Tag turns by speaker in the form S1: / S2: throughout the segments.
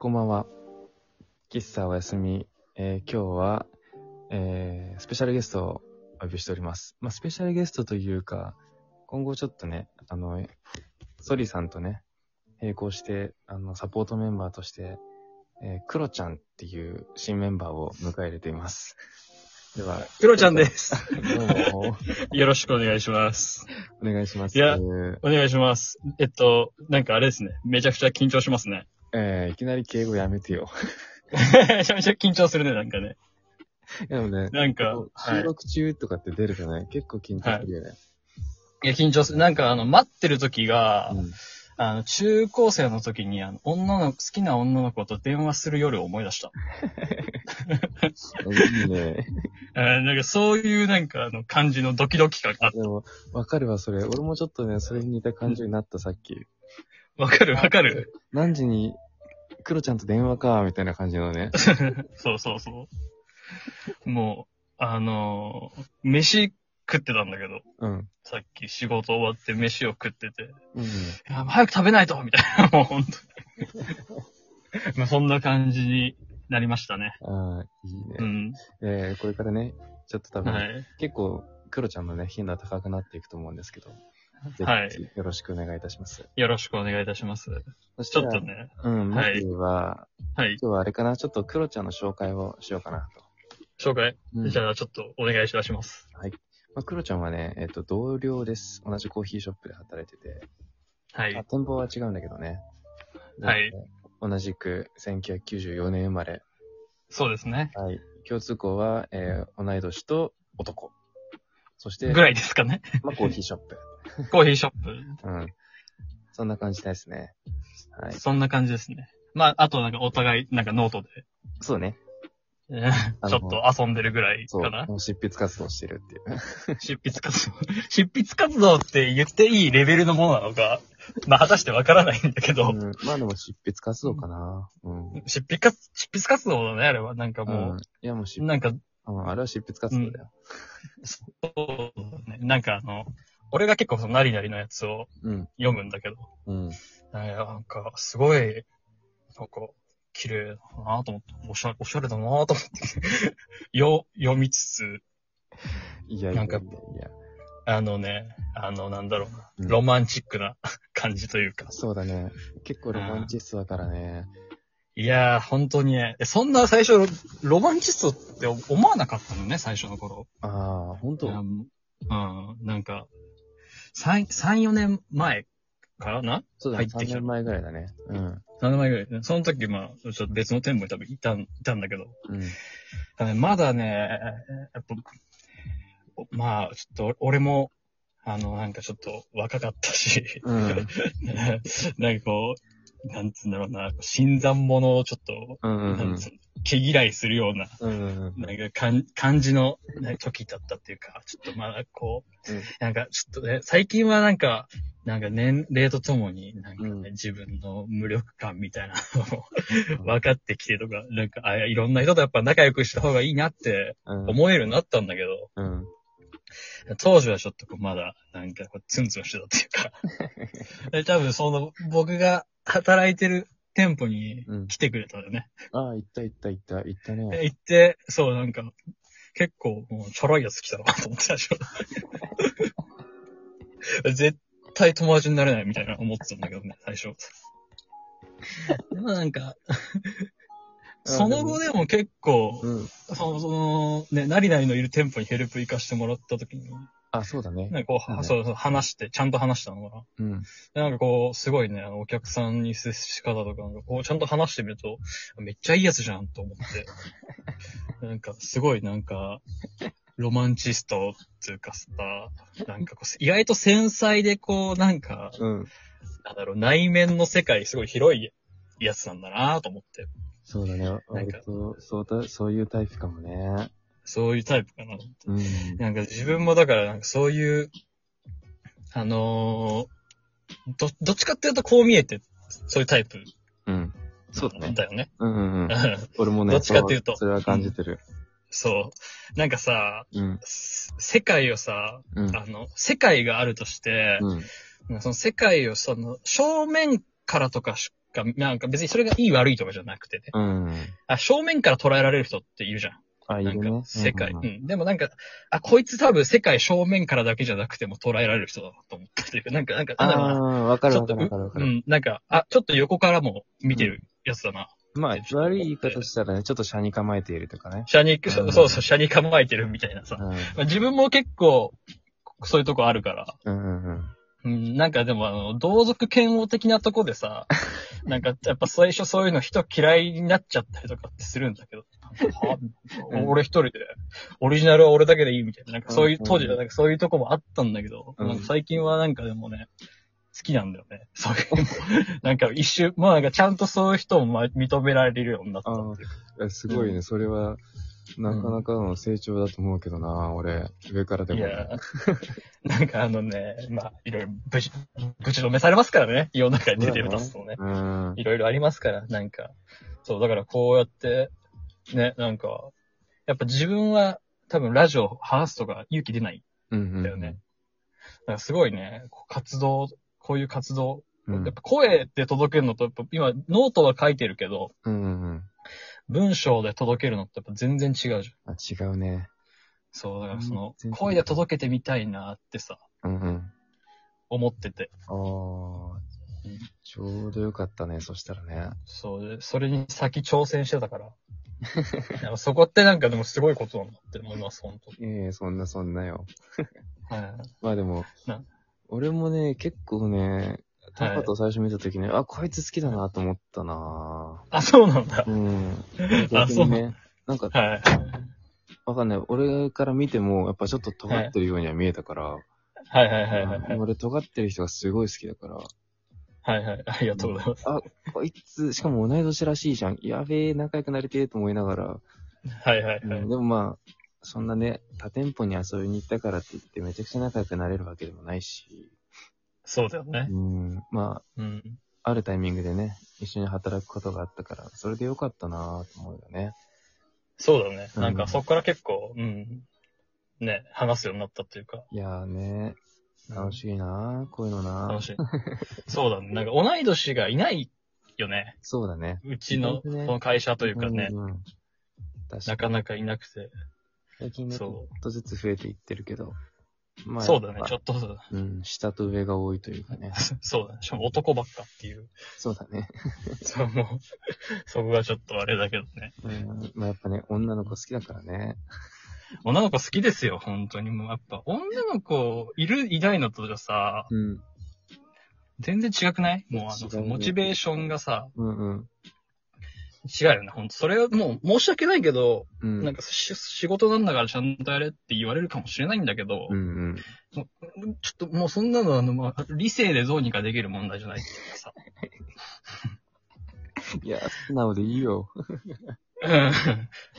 S1: こんばんは。喫茶おやすみ。えー今日は、えースペシャルゲストをお呼びしております。まあ、スペシャルゲストというか、今後ちょっとね、あの、ソリさんとね、並行して、あの、サポートメンバーとして、えー、クロちゃんっていう新メンバーを迎え入れています。では、
S2: クロちゃんです。
S1: どうも、
S2: よろしくお願いします。
S1: お願いします。
S2: いやお願いします。えっと、なんかあれですね。めちゃくちゃ緊張しますね。
S1: えーいきなり敬語やめてよ。
S2: めちゃめちゃ緊張するね、なんかね。
S1: でもね、
S2: なんか、
S1: こう
S2: は
S1: 収
S2: い。
S1: 録中とかって出るじゃない、結構緊張するよね。
S2: いや、緊張する。なんかあの、待ってる時が、
S1: うん
S2: あの、中高生の時に、あの、女の、好きな女の子と電話する夜を思い出 した。
S1: いいね。
S2: えーなんかそういうなんかあの、感じのドキドキ感があっ
S1: でも、わかるわ、それ。俺もちょっとね、それに似た感じになった、さっき。
S2: た。わかるわかる。
S1: 何時に、クロちゃんと電話か、みたいな感じの ね。
S2: そうそうそう。もう、あのー、飯食ってたんだけど、
S1: うん。
S2: さっき仕事終わって飯を食ってて。
S1: うん。
S2: いや早く食べないとみたいな、 もう本 当に。まあそんな感じになりましたね。
S1: ああ、いいうね。
S2: ん。
S1: えー、これからね、ちょっと多分、
S2: はい。
S1: 結構、クロちゃんのね、頻度は高くなっていくと思うんですけど、ぜ
S2: はい
S1: ひ、よろしくお願いいたします。
S2: よろしくお願いいたします。
S1: そし
S2: ち
S1: た
S2: ょっ
S1: ら
S2: と、ね。
S1: うん、ま
S2: はい
S1: ずは、
S2: はい。
S1: 今日はあれかな、ちょっとクロちゃんの紹介をしようかなと。
S2: 紹介。
S1: うん
S2: じゃあちょっとお願いいたします。
S1: まあ、クロちゃんはね、えっ、と、同僚です。同じコーヒーショップで働いてて。
S2: は
S1: あ
S2: い。
S1: 店舗は違うんだけどね。
S2: はい
S1: 同じく1994年生まれ。
S2: そうですね。
S1: はい。共通項は、えー同い年と男。そして、
S2: ぐらいですかね。
S1: まあ、コーヒーショップ。
S2: コーヒーショッ
S1: うん。そんな感じですね。はい
S2: プ。。そんな感じですね。まあ、あとなんかお互い、なんかノートで、
S1: そうね。
S2: え
S1: あの
S2: ーちょっと遊んでるぐらい
S1: そう。
S2: かな。
S1: もう執筆活動してるっていう。
S2: 執筆活動。 執筆活動って言っていいレベルのものなのか、まあ果たしてわからないんだけど、
S1: うん、まあでも執筆活動かな。うん。
S2: 執筆活、執筆活動だね、あれは。なんかも
S1: ん、いやもう
S2: う、
S1: 執筆、
S2: なんか、
S1: うん、あれは執筆活動だよ。
S2: そうね、なんかあの、俺が結構そのなりなりのやつを
S1: うん。
S2: 読むんだけど、
S1: うん。
S2: なんか、すごい、なんか、綺麗だなと思って、おしゃれ、おしゃれだなと思って、 よ、読みつつ、
S1: いやいやいやいや。
S2: なんかあのね、あの、なんだろうな、
S1: うん
S2: ロマンチックな感じというか。
S1: そうだね。結構ロマンチストだからね。
S2: いやー、本当にね、そんな最初ロ、ロマンチストって思わなかったのね、最初の頃。
S1: ああ、本当
S2: いやもううん、なんか、三、三、四年前からな
S1: そうだね。
S2: 入
S1: 3
S2: ってきた
S1: 年前ぐらいだね。うん。
S2: 何年前ぐらいねその時、まあ、ちょっと別の店舗に多分いたん、いたんだけど。
S1: うん。
S2: だねまだね、やっぱ、おまあ、ちょっと、俺も、あの、なんかちょっと若かったし、
S1: うん。
S2: なんかこう、なんつうんだろうな、新参者をちょっと、
S1: うんう
S2: なん
S1: ん
S2: つうの毛嫌いするような、
S1: うん。うん。
S2: なんか感感じのなんか時だったっていうか、ちょっとまだこう、
S1: うん
S2: なんかちょっとね、最近はなんか、なんか年齢とともに、なんかね、
S1: うん
S2: 自分の無力感みたいなのを 分かってきてとか、なんかあいろんな人とやっぱ仲良くした方がいいなって
S1: うん。
S2: 思えるようになったんだけど、
S1: うん。
S2: 当時はちょっとこうまだ、なんかこうツンツンしてたって いうかで、多分その僕が働いてる店舗に
S1: うん。
S2: 来てくれたんだよね。
S1: ああ、行った行った行った、行ったね。
S2: 行って、そう、なんか、結構、もう、ちょろいやつ来たなと思ってたで しょ。絶対友達になれないみたいな思ってたんだけどね、最初。でもなんか、その後でも結構、
S1: うん。
S2: その、その、ね、なりなりのいる店舗にヘルプ行かしてもらった時に、
S1: あ、そうだね。
S2: なんかこ
S1: うん
S2: う、そうそう、話して、ちゃんと話したのか
S1: うん。
S2: な。なんかこう、すごいね、あのお客さんに接し方とか、なんかこう、ちゃんと話してみると、めっちゃいいやつじゃんと 思って。なんか、すごいなんか、ロマンチストっていうかさ、なんかこう、意外と繊細でこう、なんか、
S1: うん。
S2: なんだろう、内面の世界すごい広いやつなんだなと思って。
S1: そうだね。割と、そうだ、そういうタイプかもね。
S2: そういうタイプかな。
S1: うん。
S2: なんか自分もだから、なんかそういう、あのーど、どっちかっていうとこう見えて、そういうタイプ
S1: うん。そうだね。
S2: だよね。
S1: うんうんうん。俺もね、
S2: どっちかっていうと
S1: それは感じてる。
S2: そう。なんかさ、
S1: うん。
S2: す世界をさ、
S1: うん。
S2: あの、世界があるとして、
S1: うん。
S2: その世界をその、正面からとかしが、なんか別にそれがいい悪いとかじゃなくてね。
S1: うん。
S2: あ、正面から捉えられる人っているじゃん。
S1: あ、い
S2: な
S1: る
S2: ん
S1: ね
S2: か。、世界。
S1: うう
S2: うん
S1: んうん
S2: ん。でもなんか、あ、こいつ多分世界正面からだけじゃなくても捉えられる人だなと思ったというか、なんか、なんか、
S1: あ
S2: なんだろうな
S1: あ、わか
S2: ち
S1: るわ
S2: ょっ
S1: か
S2: と
S1: るわかるわか
S2: う
S1: る。
S2: ん、なんか、あ、ちょっと横からも見てるやつだな。
S1: まあ、悪い言い方したらね、ちょっと車に構えているとかね。
S2: 車に、
S1: うん
S2: そうそう、車に構えてるみたいなさ。まあ自分も結構、そういうとこあるから。
S1: うん。うんうんうん。
S2: うん、なんかでもあの、同族嫌悪的なとこ でさ、なんかやっぱ最初そういうの人嫌いになっちゃったりとかってするんだけど、は
S1: うん
S2: 俺一人で、オリジナルは俺だけでいいみたいな、なんかそういう
S1: うん
S2: 当時はなんかそういうとこもあったんだけど、
S1: うん
S2: なんか最近はなんかでもね、好きなんだよね。そういう、なんか一周、まあなんかちゃんとそういう人もまあ認められるようになったっていうか。
S1: えすごいうね、それは、なかなかの成長だと思うけどな、俺。上からで
S2: い
S1: もね。
S2: や、なんかあのね、まあいろいろぶち、ぶちのめされますからね、世の中に出てるとすとね。
S1: うん。
S2: いろいろありますから、なんか。そう、だからこうやって、ね、なんか、やっぱ自分は多分ラジオ話すとか勇気出ない
S1: うんうんん。
S2: だよね。だからすごいね、こう活動、こういう活動、
S1: う
S2: や
S1: ん
S2: っぱ声で届けるのと、やっぱ今ノートは書いてるけど、
S1: うんうんうん。
S2: 文章で届けるのってやっぱ全然違うじゃん。
S1: あ、違うね。
S2: そう、だからその
S1: 全、然違う
S2: 声で届けてみたいなってさ、
S1: うんうん。
S2: 思ってて。
S1: ああ、ちょうどよかったね、そしたらね。
S2: そう、でそれに先挑戦して たから。なんかそこってなんかでもすごいことなんだって思います、本当に。
S1: ええそんなそんなよ。
S2: はい。
S1: まあでも
S2: な、
S1: 俺もね、結構ね、タカと最初見たときね、あ、こいつ好きだなと思ったな
S2: あ、そうなんだ。
S1: うん。
S2: あ、
S1: 逆
S2: そう
S1: に
S2: なん
S1: ね、なんか、
S2: だ。はい。
S1: わかんない。俺から見ても、やっぱちょっと尖ってるようには見えたから、
S2: はいはいはいはいは
S1: うん
S2: い。
S1: 俺尖ってる人がすごい好きだから、
S2: はいはい。ありがとうございます。
S1: あ、こいつ、しかも同い年らしいじゃん。やべえ、仲良くなりてえと思いながら、
S2: はいはい
S1: うん
S2: はい。
S1: でもまあ、そんなね、他店舗に遊びに行ったからって言ってめちゃくちゃ仲良くなれるわけでもないし、
S2: そうだよね
S1: う。ん、ま
S2: うん。
S1: あ、あるタイミングでね、一緒に働くことがあったから、それでよかったなぁと思うよね。
S2: そうだね。
S1: うん
S2: なんかそこから結構、うん。ね、話すようになったっていうか。
S1: いやーね、楽しいなぁ、こういうのなぁ。
S2: 楽しい。そうだね。なんか同い年がいないよね。
S1: そうだね。
S2: うちの、
S1: 意外
S2: こ
S1: とね
S2: の会社というかね。
S1: うんうん、確か
S2: なか
S1: に。
S2: なかいなくて。
S1: 最近ね、ちょ
S2: そ
S1: っとずつ増えていってるけど。ま
S2: そうだね。ちょ
S1: っ
S2: っと そうだ
S1: と。うん、下と上が多いというかね。
S2: そうだね。しかも男ばっかっていう。
S1: そうだね。
S2: そう、もう、 そこがちょっとあれだけどね。
S1: うん、まあやっぱね、女の子好きだからね。
S2: 女の子好きですよ、本当に。もうやっぱ、女の子いる、いないのとじゃさ、
S1: うん。
S2: 全然違くないもうあ
S1: 違う
S2: の、
S1: ね
S2: モチベーションがさ、
S1: うんうん。
S2: 違うよね、ほんと。それはもう申し訳ないけど、
S1: うん。
S2: なんかし仕事なんだからちゃんとやれって言われるかもしれないんだけど、
S1: うんうん。
S2: ちょっともうそんなの、あの、まあ、理性でどうにかできる問題じゃないっていうかさ。
S1: いや、素直でいいよ。
S2: うん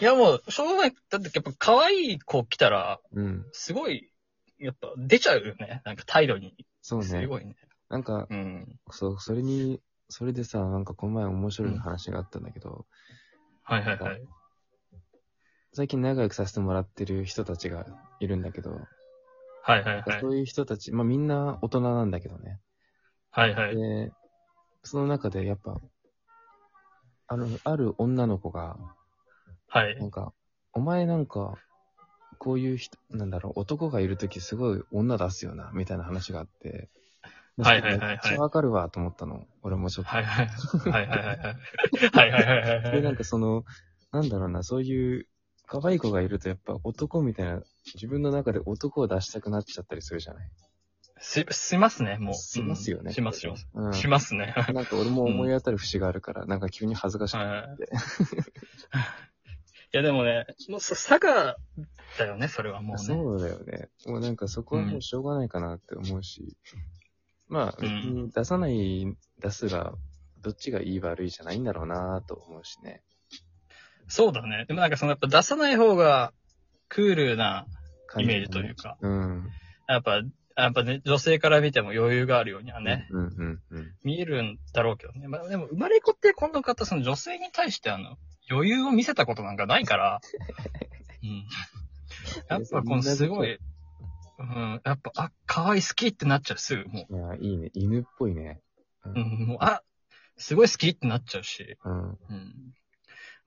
S2: いやもう、しょうがない。だってやっぱ可愛い子来たら、
S1: うん。
S2: すごい、やっぱ出ちゃうよね。なんか態度に。
S1: そう
S2: す
S1: ね。
S2: ごいね。
S1: なんか、
S2: うん。
S1: そう、それに、それでさ、なんかこの前面白い話があったんだけど、
S2: はいはいはい。
S1: 最近仲良くさせてもらってる人たちがいるんだけど、
S2: はいはいはい。
S1: そういう人たち、まあみんな大人なんだけどね。
S2: はいはい。
S1: で、その中でやっぱ、あの、ある女の子が、
S2: はい
S1: な。んか、お前なんか、こういう人、なんだろう、男がいるときすごい女出すよな、みたいな話があって。
S2: はいはいはいはい
S1: めっちゃわかるわ、と思ったの。俺もちょっと。
S2: はいはい。はいはいはいはい。はいはいはいはいはい。
S1: で、なんかその、なんだろうな、そういう、可愛い子がいるとやっぱ男みたいな、自分の中で男を出したくなっちゃったりするじゃない
S2: し、しますね、もう。
S1: しますよね。
S2: うんします、します。
S1: うん。
S2: しますね。
S1: なんか俺も思い当たる節があるから、なんか急に恥ずかしい。
S2: はい。いや、でもね、もう、そ佐賀だよね、それはもうね。
S1: そうだよね。もうなんかそこはもうしょうがないかなって思うし。まあ、
S2: うん
S1: 別に出さない、出すが、どっちがいい悪いじゃないんだろうなと思うしね。
S2: そうだね。でもなんかその、やっぱ出さない方が、クールなイメージという
S1: か。
S2: か、
S1: うん。
S2: やっぱ、やっぱね、女性から見ても余裕があるようにはね、
S1: うんうんうん。
S2: 見えるんだろうけどね。まあでも、生まれ子ってこの方、その女性に対してあの、余裕を見せたことなんかないから、うん。やっぱこのすごい、うん、やっぱ、あ、可愛い好きってなっちゃう、すぐ、もう。
S1: いや、いいね。犬っぽいね。
S2: うん、もう、あ、すごい好きってなっちゃうし。
S1: うん。
S2: うん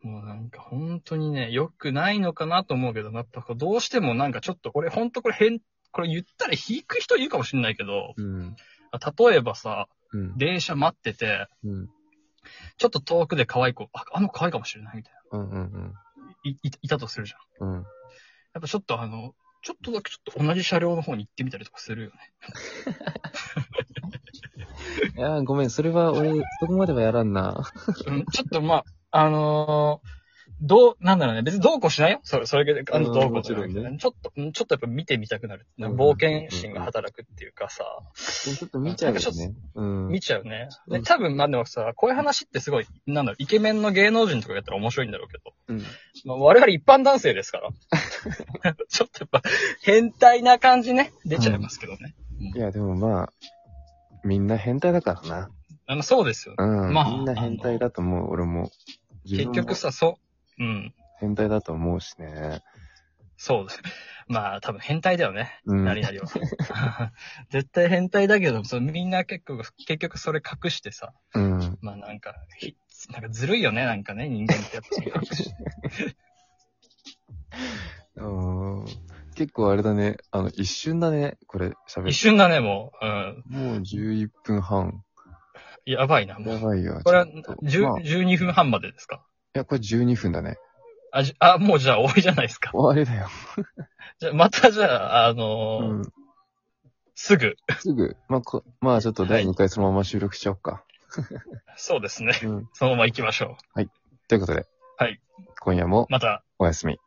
S2: もうなんか本当にね、良くないのかなと思うけど、やっぱどうしてもなんかちょっとこれ本当これ変、これ言ったら引く人いるかもしれないけど、
S1: うん。
S2: 例えばさ、
S1: うん。
S2: 電車待ってて、
S1: うん。
S2: ちょっと遠くで可愛い子、あ、あの子可愛いかもしれないみたい
S1: うん。うん。
S2: な、い、いいたとするじゃん。
S1: うん。
S2: やっぱちょっとあの、ちょっとだけちょっと同じ車両の方に行ってみたりとかするよね。
S1: いやー、ごめん。それは俺、そこまではやらんな。
S2: うん、ちょっとまあ、あのーどう、なんだろうね。別にどうこうしないよそれ、それだけ、あの、
S1: うん
S2: どうこうじゃなく
S1: も
S2: て
S1: ちろん
S2: ちょっと、うんちょっとやっぱ見てみたくなる。
S1: うん
S2: 冒険心が働くっていうかさ、
S1: でもちょっと見ちゃうよね。うん
S2: 見。ちゃうね。
S1: う
S2: で、
S1: ん
S2: 多分、まあでもさ、こういう話ってすごい、なんだろう、イケメンの芸能人とかやったら面白いんだろうけど、
S1: うん。
S2: まあ、我々一般男性ですから。 ちょっとやっぱ、変態な感じね、出ちゃいますけどね。
S1: いや、でもまあ、みんな変態だから
S2: あのそうですよ、ね。
S1: な。うん。
S2: まあ
S1: みんな変態だと思う、俺も。自
S2: 結
S1: 分も
S2: 局さ、そう、うん、
S1: 変態だと思うしね。
S2: そうです。 まあ、多分変態だよね。
S1: うん。
S2: 何々は。 絶対変態だけど、そのみんな結構、結局それ隠してさ、
S1: うん。
S2: まあなんか、ひなんかずるいよね、なんかね、人間ってやっぱそれ 隠して。
S1: うん結構あれだね。あの、一瞬だね。これ、喋
S2: 一
S1: る。
S2: 瞬だね、もう。うん。
S1: もう11分半。
S2: やばいな、も
S1: や
S2: う。
S1: ばいよ。
S2: これは、
S1: ちょっと
S2: 10
S1: まあい
S2: 12分半までですか
S1: や、これ12分だね。
S2: あじあ、もうじゃあ終わりじゃないですか。
S1: 終わりだよ。
S2: じゃあまたじゃあ、あのー
S1: うん。
S2: すぐ。
S1: すぐ。まあ、こまあ、ちょっと第2回そのまま収録しちゃおうか。
S2: そうですね。
S1: うん。
S2: そのまま行きましょう。
S1: ということで。
S2: はい。
S1: 今夜も
S2: また。
S1: おやすみ。